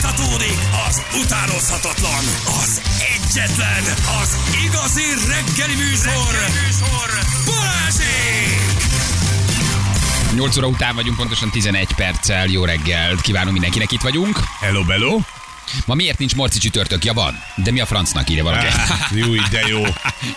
folytatódik az utánozhatatlan, az egyetlen, az igazi reggeli műsor, reggeli műsor. Balázsék! 8 óra után vagyunk, pontosan 11 perccel. Jó reggelt kívánom mindenkinek, itt vagyunk. Hello, bello. Ma miért nincs morci csütörtök? Ja, van. De mi a francnak írja valaki? Jó, de jó.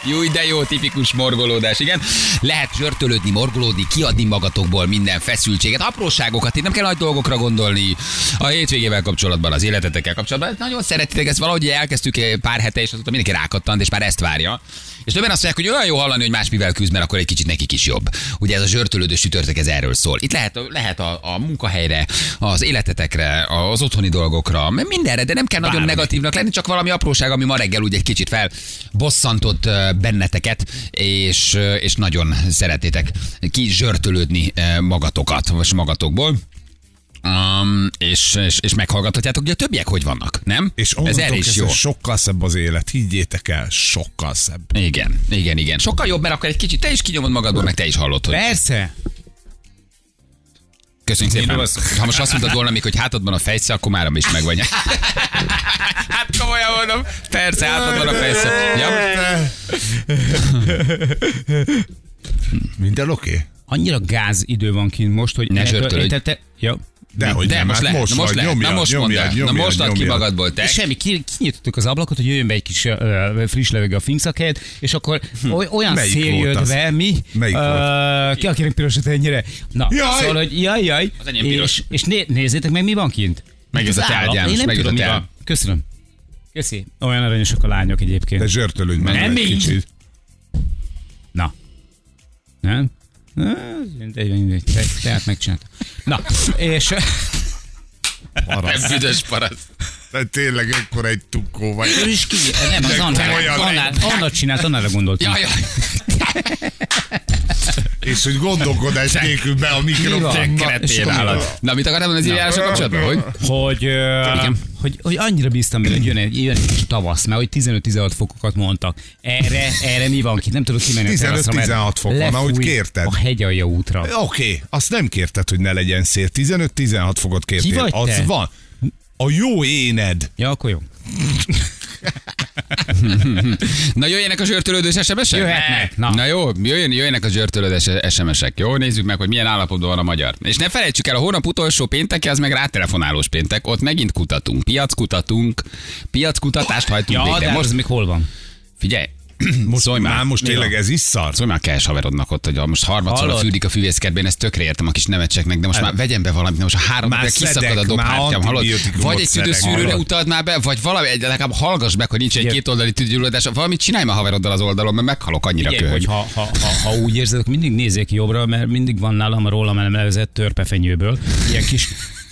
Jó, de jó, tipikus morgolódás, igen. Lehet zsörtölődni, morgolódni, kiadni magatokból minden feszültséget, apróságokat, itt nem kell nagy dolgokra gondolni. A hétvégével kapcsolatban, az életetekkel kapcsolatban. Hát Nagyon szeretitek ezt, valahogy elkezdtük pár hete, és azóta mindenki rákattant, és már ezt várja. És többen azt mondják, hogy olyan jó hallani, hogy más mivel küzd, mert akkor egy kicsit nekik is jobb. Ugye ez a zsörtölődős csütörtök, ez erről szól. Itt lehet, lehet a, a munkahelyre, az életetekre, az otthoni dolgokra, mindenre, de nem kell nagyon Bármi. negatívnak lenni, csak valami apróság, ami ma reggel úgy egy kicsit felbosszantott ö, benneteket, és, ö, és nagyon szeretnétek kizsörtölődni ö, magatokat, vagy magatokból. Um, és, és, és meghallgathatjátok, hogy a többiek hogy vannak, nem? És ez erre onnantól is jó. kezdve sokkal szebb az élet, higgyétek el, sokkal szebb. Igen, igen, igen. Sokkal jobb, mert akkor egy kicsit te is kinyomod magadból, meg te is hallod, hogy Persze. Köszönjük szépen. Miről az? Ha most azt mondtad volna még, hogy hátadban a fejsze, akkor márom is meg vagy. hát komolyan mondom. Persze, hátadban a fejsze. Ja. Minden oké? Okay? annyira gáz idő van kint most, hogy... Ne ettől- zsörtölj. te- te- Ja. De, hogy De nem, most hát lehet, most, na most vagy, lehet, nyomjad, na most mondd nyomjad, el, na nyomjad, most add ki nyomjad. magadból, te. Semmi, ki- kinyitottuk az ablakot, hogy jöjjön be egy kis ö, ö, friss levegő a finkszak helyett, és akkor Hm. oly- olyan Melyik szél volt jött az? be, mi? Melyik Ö, Ki akinek pirosat ennyire? Na, Jaj! szóval, hogy jaj, jaj. Az enyém piros. És, és né- nézzétek meg, mi van kint. Megjött Itt a az teád, állat. János, Én nem megjött tudom, a mi teád. van. Köszönöm. Köszi. Olyan aranyosak a lányok egyébként. De zsörtölődj meg Nem egy így. kicsit. Na. Nem? Ez Mindegy, mindegy. Te- Tehát megcsináltam. Na, és... Nem büdös paraszt. De tényleg ekkor egy tukkó vagy. Ő is ki, nem, az De komolyan. Annál, Annál, Annál csinált, Annára gondoltam. Jaj, jaj. És hogy gondolkodás nélkül be a Ki mikrofon. van? Kretél állat. Na, mit akartam mondani az írjással kapcsolatban? Hogy? Hogy, ö, Igen. hogy, hogy annyira bíztam benne, hogy jön egy, jön egy kis tavasz, mert hogy 15-16 fokokat mondtak. Erre, erre mi van ki? Nem tudok kimenni a 15-16 teraszra, mert fok van, ahogy lefúj kérted. A hegyalja útra. Oké, okay, azt nem kérted, hogy ne legyen szél. 15-16 fokot kértél. Ki vagy az te? van. A jó éned. Ja, akkor jó. Na jöjjenek a zsörtölődős SMS-ek? Jöhetnek, Na. na. na jó, jöjjön, jöjjenek a zsörtölődős SMS-ek. Jó, nézzük meg, hogy milyen állapotban van a magyar. És ne felejtsük el, a hónap utolsó pénteke, az meg rátelefonálós péntek, ott megint kutatunk, piackutatunk, piackutatást hajtunk Ja, végre. de Most most még hol van? figyelj, most, szólj már. Már most Mi tényleg van? ez is szar. Szólj Szóval már a kes haverodnak ott, hogy a- most harmadszor Hallod? fűdik a fűvészkertben, én ezt tökre értem a kis nevetségnek, de most már vegyen be valamit, de most a három Már de kiszakad a szedek, dobhártyám, már hallod? antibiotikumot Vagy egy szedek, tüdőszűrőre hallod? utald már be, vagy valami, egy- legalább hallgass meg, hogy nincs egy Igen. kétoldali tüdőgyulladás, valamit csinálj már haveroddal az oldalon, mert meghalok annyira Figyelj, hogy köhög. ha, ha, ha, ha úgy érzed, akkor mindig nézzék ki jobbra, mert mindig van nálam a rólam elmelezett törpefenyőből. Ilyen kis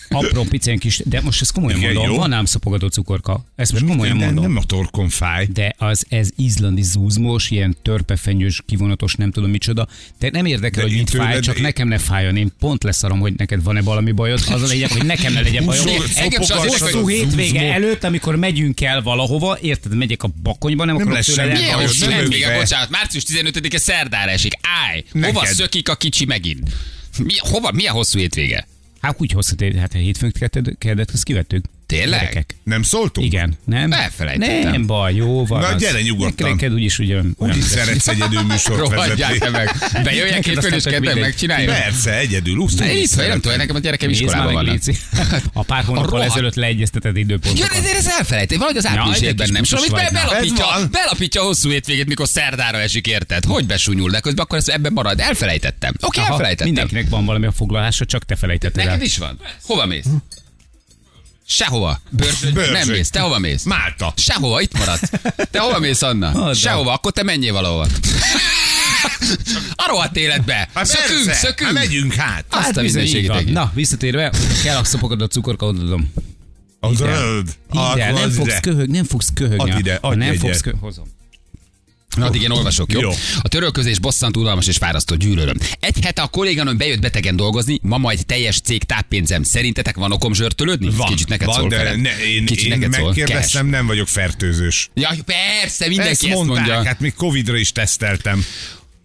apró, picén kis, de most ezt komolyan Igen, mondom, jó. van ám szopogató cukorka. Ezt most komolyan Nem, mondom. nem a torkon fáj. de az ez izlandi zúzmos, ilyen törpefenyős, kivonatos, nem tudom micsoda. Te nem érdekel, De hogy én mit fáj, tőled- csak én- nekem ne fájjon. Én pont leszarom, hogy neked van-e valami bajod. Az a lényeg, hogy nekem ne legyen bajom. Engem csak az érdekel, Hosszú hogy hétvége előtt, amikor megyünk el valahova, érted, megyek a bakonyba, nem, akarok lesz tőled semmi el- Milyen bajod, hosszú nem hétvége, be. bocsánat, március 15-e szerdára esik, állj! Hova Neked. szökik a kicsi megint? Mi, hova, milyen hosszú hétvége? Hát úgy hosszú, tét- hát hétfőn kedvet, kedvet azt kivettük. Tényleg? Gyerekek. Nem szóltunk? Igen, nem? Elfelejtettem. Nem baj, jó van. Na, az. gyere nyugodtan. Neked úgyis ugye... Úgy is szeretsz egyedül műsort Rohadjál te vezetni. meg! Bejöjjek Neked hétfőn és aztán tök kedden mindegy. megcsináljuk? Persze, egyedül. Úgy Ne, úgy itt vagy, nem szeretem. tudom, nekem a gyerekem Nézd már iskolában meg, vannak. Léci. A pár hónappal rohadt- ezelőtt leegyeztetett Ja, időpontokat. de ezért ez elfelejtett. Valahogy az április egy hétben kis nem. kutyus Sőt, be, vagy már. belapítja, Ez van. belapítja a hosszú hétvégét, mikor szerdára esik, érted? Hogy besúnyul, de közben akkor ez ebben marad. Elfelejtettem. Oké, Aha, elfelejtettem. Mindenkinek van valami a foglalása, csak te felejtetted el. Neked is van. Hova mész? Sehova. Börzsöd. Börzsöd. Nem mész. Te hova mész? Málta. Sehova, itt maradsz. Te hova mész, Anna? Add el. Sehova, akkor te menjél valahova. A rohadt életbe. Hát Szökünk, persze, szökünk. Hát megyünk hát. Azt a bizony, így mindenségét. van. Na, visszatérve, kell a szopokat a cukorka, odadom. Az röld. Hidd el, nem fogsz köhög, nem fogsz köhögni. Add ide, Ha adj nem egyet. fogsz köhög, hozom. Na, addig én olvasok, jó? jó. Jó. A törölközés bosszant, unalmas és fárasztó gyűlölöm. Egy hete a kolléganőm bejött betegen dolgozni, ma majd teljes cég táppénzem. Szerintetek van okom zsörtölődni? Ez Van, Kicsit neked van, szól, de Ferenc. ne, én, Kicsit én neked szól. megkérdeztem, nem vagyok fertőzős. Cash. Ja, persze, mindenki Ezt ezt, mondták, mondja. hát még Covid-ra is teszteltem.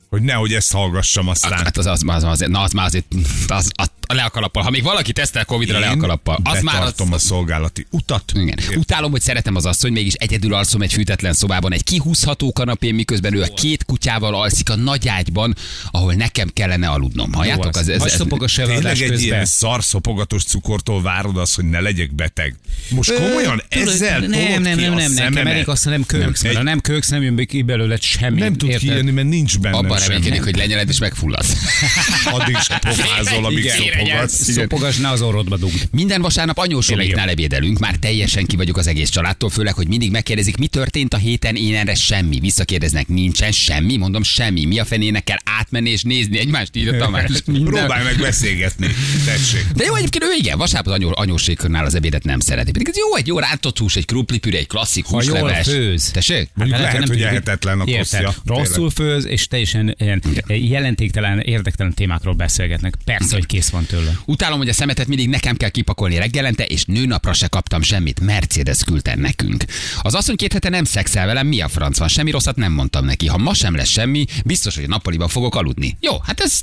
Hogy nehogy ezt hallgassam aztán. Hát az, az, az, az, na, az már azért, az, az, a leakalappal. Ha még valaki tesztel Covid-ra Én leakalappal, az már az, betartom a szolgálati utat. igen. Utálom, hogy szeretem az asszonyt, mégis egyedül alszom egy fűtetlen szobában, egy kihúzható kanapén, miközben ő a két kutyával alszik a nagy ágyban, ahol nekem kellene aludnom. Halljátok? Az, ez, Hagy ez, szopog a Tényleg seveladás egy ilyen közben. szar szopogatós cukortól várod azt, hogy ne legyek beteg. Most komolyan Tudod, ezzel nem, nem, nem, nem, nem, Erik azt nem köksz, Nem. mert ha nem köksz, nem jön ki belőle semmi. nem tud érted? kijönni, mert nincs benne abban semmi. reménykedik, hogy lenyeled és megfulladsz. Addig se pofázol, amíg Igen. szopogatsz. Igen. Szopogass, ne az orrodba dugd. Minden vasárnap anyósoméknál ebédelünk, már teljesen ki vagyok az egész családtól, főleg, hogy mindig megkérdezik, mi történt a héten, én erre semmi. Visszakérdeznek, nincsen semmi, mondom semmi. Mi a fenének kell átmenni és nézni egymást, írja Tamás. Próbálj meg beszélgetni. Tessék. De jó, egyébként ő igen, vasárnap az anyó, anyóséknál az ebédet nem szereti. Pedig ez jó, egy jó rántott hús, egy krumplipüré, egy klasszik Ha jól húsleves. főz. Tessék? Mondjuk Hát lehet, hogy nem tudjuk, ehetetlen a érted. koszja. Rosszul főz, és teljesen ilyen jelentéktelen, érdektelen témákról beszélgetnek. Persze, hogy kész van tőle. Utálom, hogy a szemetet mindig nekem kell kipakolni reggelente, és nőnapra se kaptam semmit. Mercedes küldte nekünk. Az asszony két hete nem szexel velem, mi a franc van, semmi rosszat nem mondtam neki. Ha ma sem lesz semmi, biztos, hogy a nappaliban fogok aludni. Jó, hát ez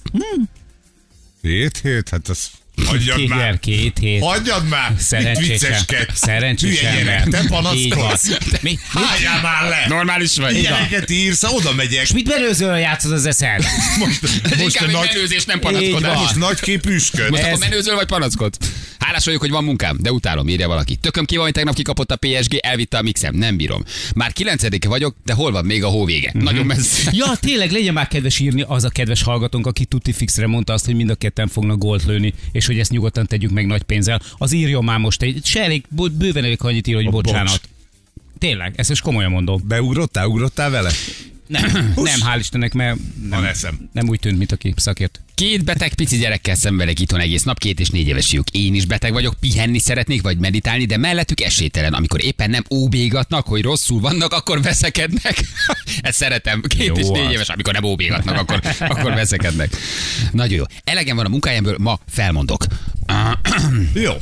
Hét hét, hát az... Hagyjad Kiger már! két hét. Hagyjad már! Mit Szerencsésen. vicceskedsz? Szerencsésen. Hülye gyerek, ember. te Így van. panaszkodsz! Mi? mi- Álljál már le! normális vagy. Ilyeneket írsz, oda megyek. És mit belőzőről játszod az eszed? Most, Ez most, inkább a egy nagy, Ah. menőzés, nem Így panaszkodás. van. Most most nagy képűsköd. Most Most akkor menőzöl vagy panaszkod? Hálás vagyok, hogy van munkám, de utálom, írja valaki. Tököm ki van, hogy tegnap kikapott a PSG, elvitte a mixem, nem bírom. Már kilencedik vagyok, de hol van még a hóvége? Mhm. Nagyon messze. Ja, tényleg legyen már kedves írni az a kedves hallgatónk, aki tuti fixre mondta azt, hogy mind a ketten fognak gólt lőni, és hogy ezt nyugodtan tegyük meg nagy pénzzel. Az írjon már most egy, se elég, bo- bőven elég ha annyit ír, hogy bocs. bocsánat. Tényleg, ezt most komolyan mondom. Beugrottál, ugrottál vele? Nem, nem hál' Istennek, mert Van nem, eszem. nem úgy tűnt, mint aki szakért. Két beteg pici gyerekkel szenvedek itthon egész nap, két és négy éves fiúk. Én is beteg vagyok, pihenni szeretnék, vagy meditálni, de mellettük esélytelen. Amikor éppen nem óbégatnak, hogy rosszul vannak, akkor veszekednek. Ezt szeretem. Két Jó és négy az. éves, amikor nem óbégatnak, akkor, akkor veszekednek. Nagyon jó. Elegem van a munkahelyemből, ma felmondok. Jó.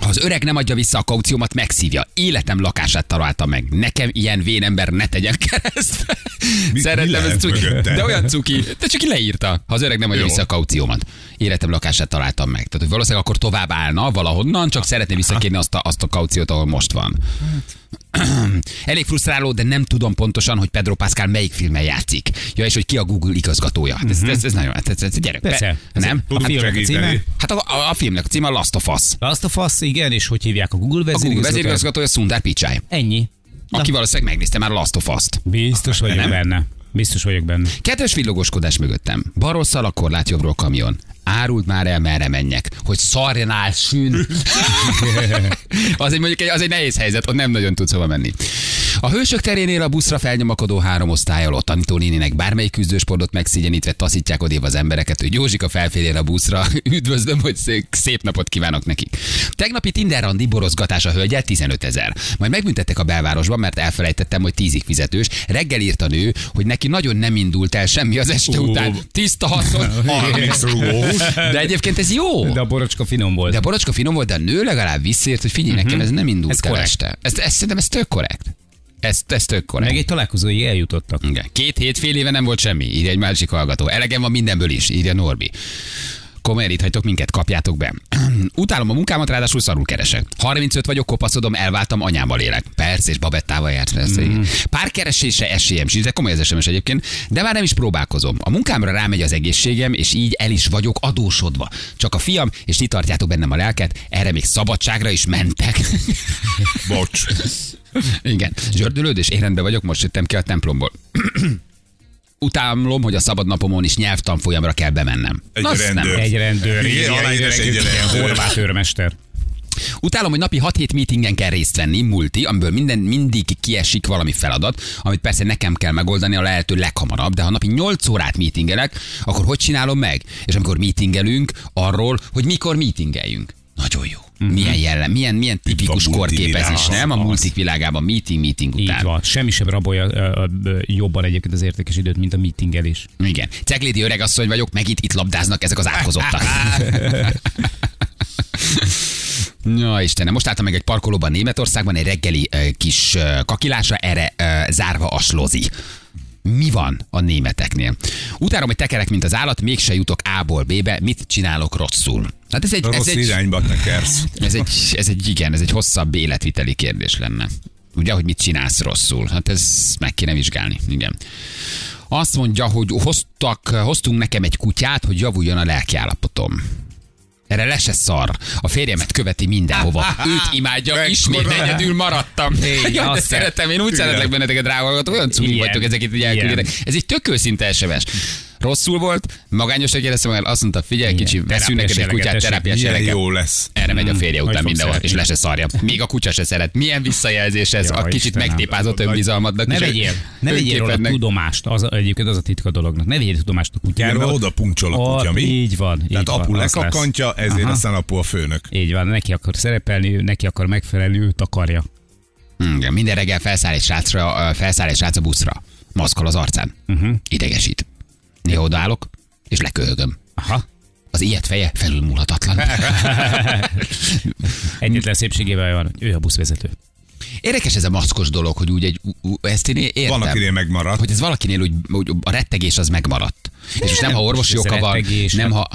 Ha az öreg nem adja vissza a kauciómat, megszívja. Életem lakását találta meg. Nekem ilyen vénember ne tegyen kereszt. mi Szeretem lehet ezt cuki. mögötte? De olyan cuki. De csak így leírta, ha az öreg nem adja Jó. vissza a kauciómat. Életem lakását találtam meg. Tehát, hogy valószínűleg akkor tovább állna valahonnan, csak szeretné visszakérni azt a, azt a kauciót, ahol most van. Hát. Elég frusztráló, de nem tudom pontosan, hogy Pedro Pascal melyik filmen játszik. Ja, és hogy ki a Google igazgatója. Hát Mhm. Ez, ez, ez nagyon, ez, ez gyerek. Persze. Pe, nem? Tudunk Hát- filmnek a címe? segíteni. Hát a, a, a filmnek a címe a Last of Us. De azt a fasz, igen, és hogy hívják a Google A Google vezérigazgatóját? vezérigazgatója Sundar Pichai, Ennyi. aki valószínűleg megnézte már a Last of Us-t. Biztos vagyok nem? benne. Biztos vagyok benne. Kettős villogoskodás mögöttem. Balról szalakkor lát jobbról kamion. Árult már el, merre menjek, hogy szarjanál sűn. az, egy, mondjuk egy, az egy nehéz helyzet, ott nem nagyon tudsz hova menni. A hősök terénél a buszra felnyomakodó három osztályal ott tanító néninek bármelyik küzdősportot megszigyenítve taszítják odébb az embereket, hogy Józsika felférjen a buszra. Üdvözlöm, hogy szé- szép napot kívánok nekik. Tegnapi Tinder randi borozgatás a hölgyel 15 ezer. Majd megbüntettek a belvárosban, mert elfelejtettem, hogy tízig fizetős. Reggel írt a nő, hogy neki nagyon nem indult el semmi az este Ó. után. Tiszta haszon. 30 rugós. De egyébként ez jó. De a borocska finom volt. De a borocska finom volt, de a nő legalább visszért, hogy figyelj, nekem ez nem indult el Mhm. Ez korrekt. este. Ez, ez, szerintem ez tök korrekt. Ez, ez tök korrekt. Meg egy találkozóig eljutottak. Igen. Két hét, fél éve nem volt semmi, írja egy másik hallgató. Elegem van mindenből is, írja Norbi. Komolyan itt hagytok minket, kapjátok be. Utálom a munkámat, ráadásul szarul keresek. 35 vagyok, kopaszodom, elváltam, anyámmal élek. Perc és babettával járt lesz. Mm. Pár keresése esélyem sincs, de komoly az SMS egyébként, de már nem is próbálkozom. A munkámra rámegy az egészségem, és így el is vagyok adósodva. Csak a fiam, és ti tartjátok bennem a lelket, erre még szabadságra is mentek. Bocs. Igen. Zsördülődés, én rendben vagyok, most jöttem ki a templomból. Utálom, hogy a szabadnapomon is nyelvtanfolyamra kell bemennem. Egy azt nem. rendőr. Egy rendőr. Igen, igen, aláírás igen, egy igen, rendőr. Horváth őrmester. Utálom, hogy napi 6-7 meetingen kell részt venni, multi, amiből minden, mindig kiesik valami feladat, amit persze nekem kell megoldani a lehető leghamarabb, de ha napi 8 órát meetingelek, akkor hogy csinálom meg? És amikor meetingelünk, arról, hogy mikor meetingeljünk. Nagyon jó. Mhm. Milyen jellem, milyen, milyen tipikus multi korképezés, világ, nem? A multik világában meeting, meeting után. Így van. Semmi sem rabolja ö, ö, jobban egyébként az értékes időt, mint a meetingelés. Hát Igen. Ceglédi öregasszony vagyok, meg itt, itt labdáznak ezek az átkozottak. Ja, Istenem, most álltam meg egy parkolóban Németországban egy reggeli ö, kis ö, kakilásra, erre ö, zárva a slozi. mi van a németeknél. Utálom, hogy tekerek, mint az állat, mégse jutok A-ból B-be, mit csinálok rosszul. Hát ez egy, Rossz ez egy, irányba tekersz. Hát. ez egy, ez egy, igen, ez egy hosszabb életviteli kérdés lenne. Ugye, hogy mit csinálsz rosszul? Hát ez meg kéne vizsgálni, igen. Azt mondja, hogy hoztak, hoztunk nekem egy kutyát, hogy javuljon a lelkiállapotom. Erre le se szar. A férjemet követi mindenhova. Őt imádja, ismét egyedül maradtam. Jaj, de azt- szeretem, én úgy szeretlek benneteket, drága hallgatók, olyan cumi Igen. vagytok ezeket, hogy Igen. elküldjetek. Ez egy tök őszinte SMS. Rosszul volt, magányosnak érezte magát, azt mondta, figyelj, kicsi, veszünk neked egy Terápiás kutyát, jeleket, terápiás Milyen jeleket. jó lesz. Erre megy a férje után Hmm, fog mindenhol, és szeretni. le se szarja. Még a kutya se szeret. Milyen visszajelzés ez? Ja, a kicsit Istenem. megtépázott önbizalmadnak. Ne és vegyél, ne vegyél róla önképednek. tudomást, az, a- egyébként az a titka a dolognak. Ne vegyél tudomást a Igen, kutyáról. mert oda puncsol a kutya, Ott- mi? Így van. Így Tehát van, apu az lesz. lekakantja, ezért Aha. aztán apu a főnök. Így van, neki akar szerepelni, ő- neki akar megfelelni, őt akarja. Hmm, Igen, minden reggel felszáll egy srácra, ö, felszáll egy srác a buszra. Maszkol az arcán. Mhm. Uh-huh. Idegesít. Néha odaállok, és leköhögöm. Aha. Az ilyet feje felülmúlhatatlan. Egyetlen szépségével van, hogy ő a buszvezető. Érdekes ez a maszkos dolog, hogy úgy egy, ú- ú- ezt én értem. Van, akinél megmaradt. Hogy ez valakinél úgy, úgy a rettegés az megmaradt. És most nem, ha orvosi most ez oka van, rettegés, nem ha,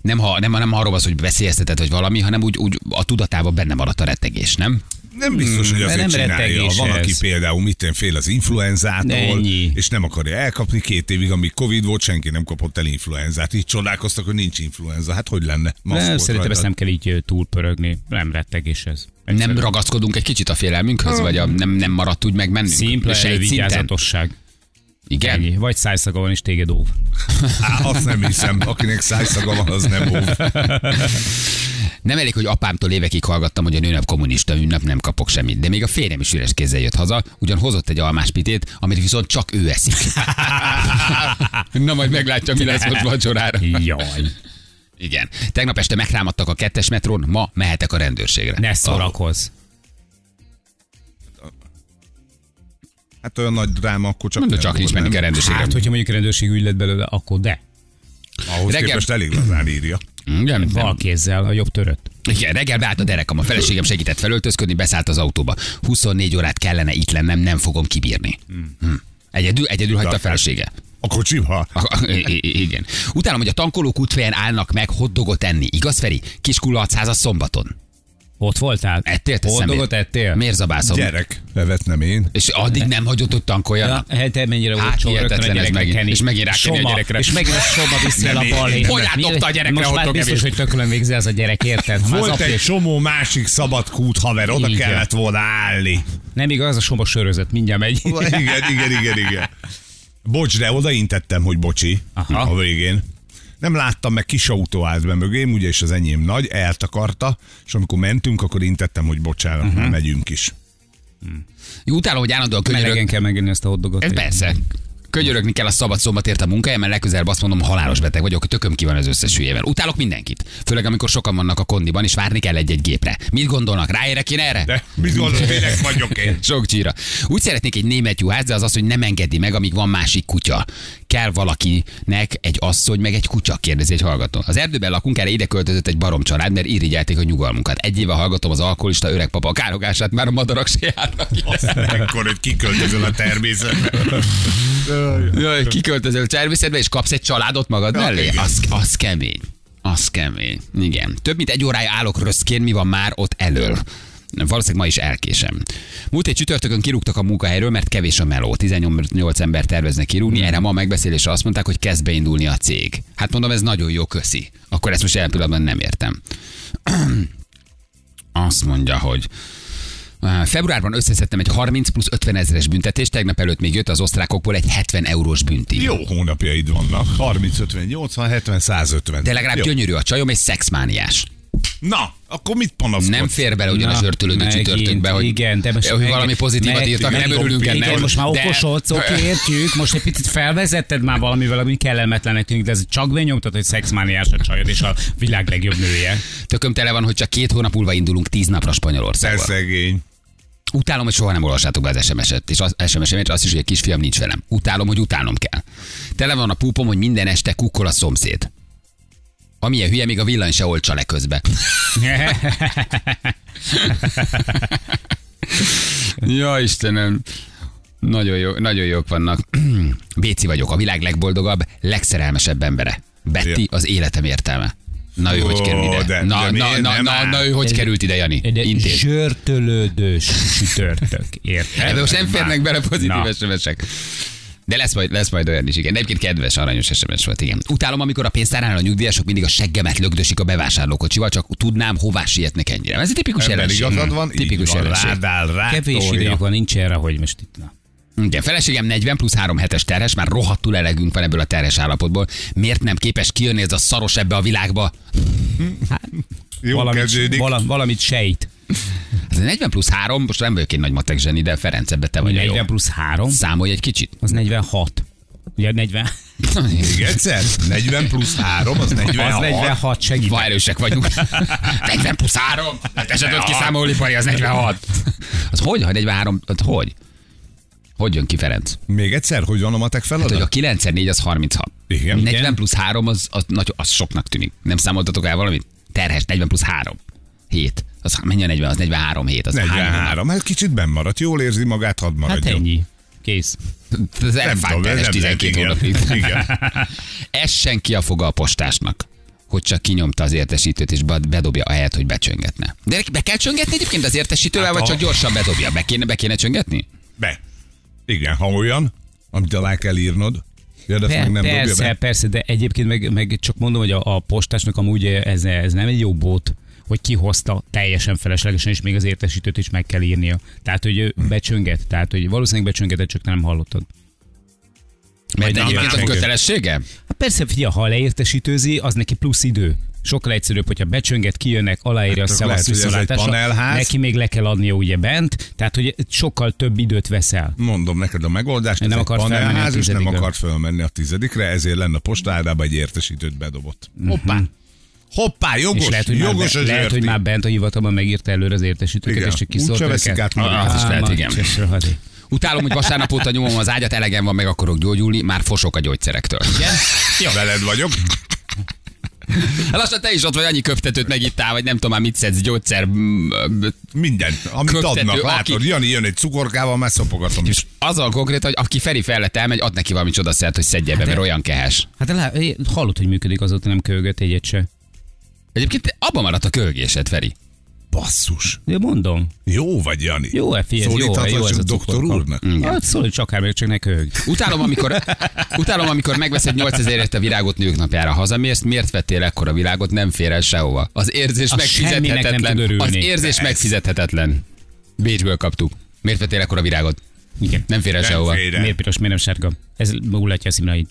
nem, ha, nem, nem arról van szó, hogy veszélyeztetett vagy valami, hanem úgy, úgy a tudatában benne maradt a rettegés, nem? Nem biztos, hogy de azért Mm, nem csinálja. rettegés Van, ez. aki például mit én fél az influenzától, Ennyi. és nem akarja elkapni két évig, amíg Covid volt, senki nem kapott el influenzát. Így csodálkoztak, hogy nincs influenza. Hát hogy lenne? Maszk volt Nem, szerintem rajtad. ezt nem kell így ö, túlpörögni, nem rettegés ez. Nem ragaszkodunk egy kicsit a félelmünkhöz, vagy a, nem, nem maradt úgy meg bennünk. Szimpla És egy szinten. elővigyázatosság. Igen. Ennyi. Vagy szájszaga van és téged óv. Á, azt nem hiszem. Akinek szájszaga van, az nem óv. Nem elég, hogy apámtól évekig hallgattam, hogy a nőnap kommunista ünnep nem kapok semmit, de még a férjem is üres kézzel jött haza, ugyan hozott egy almáspitét, amit viszont csak ő eszik. Na majd meglátja, mi lesz most vacsorára. Jaj. Igen. Tegnap este megrámadtak a kettes metrón, ma mehetek a rendőrségre. Ne szórakozz. Hát olyan nagy dráma, akkor csak Mondod, nem csak volt, nincs menni nem? kell a rendőrségre. Hát, hogyha mondjuk rendőrség ügy lett belőle, akkor de. Ahhoz Reggel- képest elég lazán írja. Igen, nem. Bal kézzel, a jobb törött. Igen, reggel beállt a derekam, a feleségem segített felöltözködni, beszállt az autóba. 24 órát kellene itt lennem, nem fogom kibírni. Hmm. Hm. Egyedül, egyedül hagyta a felesége. A kocsiba? A- i- i- Igen. Utána, hogy a tankolók útfejen állnak meg hotdogot enni. Igaz, Feri? Kiskulla a száz a szombaton. Ott voltál? Ettél te Boldogot szemét? ettél? Miért zabászom? Gyerek, levetnem én. És addig nem hagyott, hogy tankoljanak. Ja, hát te mennyire Hát olcsó, rögtön a hihetetlen ez gyerekre megint. keni. És megint rákeni a Soma, gyerekre. És megint a soma viszi el a Nem balhémet. Hogy átdobta a gyerekre Most már hotdog biztos, evést? hogy tökölön végzi ez a gyerek, érted? Ha már az Volt apja egy is- csomó másik szabad kút haver, oda Igen. kellett volna állni. Nem igaz, a soma sörözött, mindjárt megy. Igen, igen, igen, igen. Bocs, de odaintettem, hogy bocsi Aha. a végén. Nem láttam, meg kis autó állt be mögém, ugye, és az enyém nagy, eltakarta, és amikor mentünk, akkor intettem, hogy bocsánat, uh-huh. már megyünk is. Utána, hogy állandóan könyörög, Melegen kell megenni ezt a hotdogot. Ez persze. Könyörögni kell a szabad szombatért a munkahelyemen, legközelebb azt mondom, halálos beteg vagyok, tököm ki van az összes hülyével. Utálok mindenkit. Főleg, amikor sokan vannak a kondiban, és várni kell egy-egy gépre. Mit gondolnak? Ráérek én erre? De mit gondolod, minek vagyok én? Sok csíra. Úgy szeretnék egy német juhász, de az az, hogy nem engedi meg, amíg van másik kutya. Kell valakinek egy asszony, meg egy kutya, kérdezi egy hallgató. Az erdőben lakunk, erre ide költözött egy barom család, mert irigyelték a nyugalmunkat. Egy éve hallgatom az alkoholista öreg papa károgását, már a madarak se járnak. ide. Ekkor, hogy kiköltözöl a természetbe. Jaj, kiköltözöl a természetbe, és kapsz egy családot magad Ja, mellé? igen. Az, az kemény. Az kemény. Igen. Több mint egy órája állok röszkén, mi van már ott elől. Valószínűleg ma is elkésem. Múlt egy csütörtökön kirúgtak a munkahelyről, mert kevés a meló. 18 ember terveznek kirúgni, Hmm. erre ma a megbeszélésre azt mondták, hogy kezd beindulni a cég. Hát mondom, ez nagyon jó, köszi. Akkor ezt most jelen pillanatban nem értem. Azt mondja, hogy Á, Februárban összeszedtem egy 30 plusz 50 ezeres büntetést, tegnap előtt még jött az osztrákokból egy 70 eurós bünti. Jó hónapjaid vannak. 30, 50, 80, 70, 150. De legalább Jó. gyönyörű a csajom, és szexmániás. Na, akkor mit panaszkodsz? Nem fér bele ugyan a Na, zsörtölődő megint, csütörtökbe, hogy, igen, de most hogy meg- valami pozitívat meg- írtak, nem igen, örülünk igen, ennek. Igen, Nem, most már de- okosodsz, oké, értjük, most egy picit felvezetted már valamivel, ami kellemetlenek tűnik, de ez csak benyomtad, hogy szexmániás a csajod és a világ legjobb nője. Tököm tele van, hogy csak két hónap múlva indulunk tíz napra Te Spanyolországba. szegény. Utálom, hogy soha nem olvassátok be az SMS-et, és az SMS-emet azt is, hogy a kisfiam nincs velem. Utálom, hogy utálnom kell. Tele van a púpom, hogy minden este kukkol a szomszéd. Amilyen hülye, még a villany se olcsa le közbe. Ja, Istenem. Nagyon, jó, nagyon jók vannak. Béci vagyok, a világ legboldogabb, legszerelmesebb embere. Betty Ja. az életem értelme. Na ő, hogy Ó, kerül ide? de- na, na, de miért na, nem na, áll? na, ő hogy került ide, Jani? Egy Intéz. zsörtölődős csütörtök. Érted? Ebben Hát most nem férnek bele pozitív Na. SMS-ek. De lesz majd, lesz majd olyan is, igen. De Egyébként kedves, aranyos SMS volt, igen. Utálom, amikor a pénztárnál a nyugdíjasok mindig a seggemet lögdösik a bevásárlókocsival, csak tudnám, hová sietnek ennyire. Ez egy tipikus Ebben jelenség. igazad van, így tipikus van, jelenség. rádál, rá Kevés tolja. idejük van, nincs erre, hogy most itt. Na. Igen, feleségem 40 plusz 3 hetes terhes, már rohadtul elegünk van ebből a terhes állapotból. Miért nem képes kijönni ez a szaros ebbe a világba? Jó Valamit, kezdődik. valam, valamit sejt. Hát Ez a 40 plusz 3, most nem vagyok én nagy matek zseni, de Ferenc, ebbe te vagy a 40 jó. plusz 3, Számolj egy kicsit. az 46. Ugye 40, Még egyszer? 40 plusz 3, az 46. az 46 segít. Ma erősek vagyunk. 40 plusz 3. Hát te se tudod kiszámolni, Pari, az 46. Az hogy? Ha 43, az hogy? Hogy jön ki, Ferenc? Még egyszer, hogy van a matek Hát, hogy a feladat? 94 az 36. Igen. 40 Igen. plusz 3 az, az, nagy, az soknak tűnik. Nem számoltatok el valamit? Terhes, 40 plusz 3. 7. Az mennyi a 40? Az 43 7. Az hány? 43, hát kicsit benn maradt. Jól érzi magát, hadd Hát maradjon. ennyi. Kész. Ez elfájt tudom, ez terhes nem 12 lehet, hónapig. igen. Igen. Essen ki a foga a postásnak hogy csak kinyomta az értesítőt, és bad- bedobja ahelyett, hogy becsöngetne. De be kell csöngetni egyébként az értesítővel, vagy ha- csak gyorsan bedobja? Be kéne, be kéne csöngetni? Be. Igen, ha olyan, amit alá kell írnod, ja, de azt meg nem dobja persze, be. persze, de egyébként meg, meg csak mondom, hogy a, a postásnak amúgy ez, ez nem egy jó bót, hogy kihozta teljesen feleslegesen, és még az értesítőt is meg kell írnia. Tehát, hogy ő becsönget. Tehát, hogy valószínűleg becsöngetett, csak te nem hallottad. Mert Vagy egyébként nem. az kötelessége? Hát persze, figyelj, ha leértesítőzi, az neki plusz idő. Sokkal egyszerűbb, hogyha becsönget, kijönnek, aláírja Hát a akkor lehet, szevasz hogy ez egy viszontlátásra, panelház. neki még le kell adnia ugye bent, tehát hogy sokkal több időt veszel. Mondom neked a megoldást, Nem ez egy akart felmenni a panelház, és nem tizedikre. akart fölmenni a tizedikre, ezért lenne a postádába egy értesítőt bedobott. Hoppá. Hoppá, jogos, Mhm. És lehet, hogy, már, jogos be, az lehet, hogy őrti. már bent a hivatalban megírta előre az értesítőket, Igen. és csak Ah, kiszólt Úgyse veszik át magukat. Az is lehet, ma- igen. csös, rohadék. Utálom, hogy vasárnap óta nyomom az ágyat, elegem van, meg akarok gyógyulni, már fosok a gyógyszerektől. Igen? Veled vagyok. Hát Lassan te is ott vagy, annyi köptetőt megittál, vagy nem tudom már mit szedsz, gyógyszer, mm, ö, Minden, amit Köptető, adnak, látod, aki- Jani jön egy cukorkával, már szopogatom is. és azzal konkrét, hogy aki Feri felett elmegy, ad neki valami csodaszert, hogy szedje be, mert olyan kehes. Hát lá, hallod, hogy működik, azóta nem kölgött egyet se. Egyébként te- abban maradt a kölgésed, Feri. Basszus. De mondom, Jó vagy, Jani. jó, e figyelj, ez jó, Szólíthatod jó ez a doktor cukorka. úrnak? Hát szólj csak akár, meg csak ne köhög. Utálom, amikor, utálom, amikor megveszed 8000 ért a virágot nők napjára. Hazamész, miért vettél ekkora virágot, nem fér el sehova. Az érzés Az semminek nem tud megfizethetetlen. örülni. Az érzés megfizethetetlen. Bécsből kaptuk. Miért vettél ekkora virágot? Igen. Nem fér el Nem sehova. fér el. Miért piros, miért nem sárga? Ez hullatja a szimraid.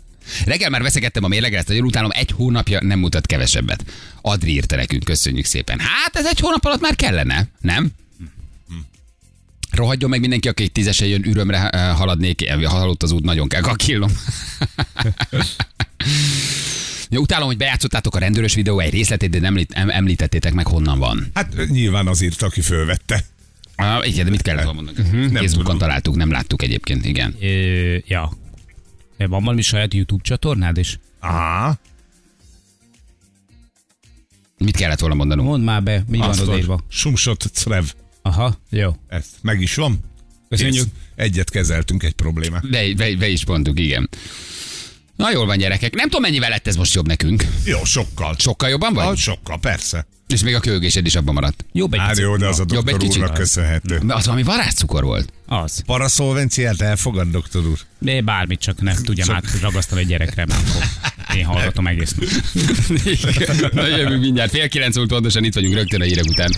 Reggel már veszekedtem a mérleget, hogy utálom egy hónapja nem mutat kevesebbet. Adri írta nekünk, köszönjük szépen. Hát ez egy hónap alatt már kellene, nem? Rohadjon meg mindenki, aki egy tízesen jön, ürömre eh, haladnék, eh, ha halott az út, nagyon kell kakillom. Ja, utálom, hogy bejátszottátok a rendőrös videó egy részletét, de nem, lít- em- említettétek meg, honnan van. Hát nyilván az írt, aki fölvette. Ah, igen, de mit kellett volna mondani? Uh-huh, Facebookon tudom. találtuk, nem láttuk egyébként, igen. Ö, ja. Van valami saját YouTube csatornád is? Á, Mit kellett volna mondanunk? Mondd már be, mi van odaírva. Sumsot Crev. Aha, jó. Ezt meg is van. Köszönjük. Kész. Egyet kezeltünk, egy problémát. Be, be, be is mondtuk, igen. Na jól van, gyerekek. Nem tudom, mennyivel lett ez most jobb nekünk. Jó, sokkal. Sokkal jobban vagy? Ah, sokkal, persze. És még a kölgésed is abban maradt. Jobb egy Hát picit. jó, de az a Jobb egy doktor kicsit. úrnak köszönhető. Mert az valami varázscukor volt. Az. Paraszolvenciát elfogad, doktor úr? De bármit csak nem tudjam át ragasztani egy gyerekre, már fog. Én hallgatom egész nap. Na jövünk mindjárt. Fél kilenc volt pontosan, itt vagyunk rögtön a hírek után.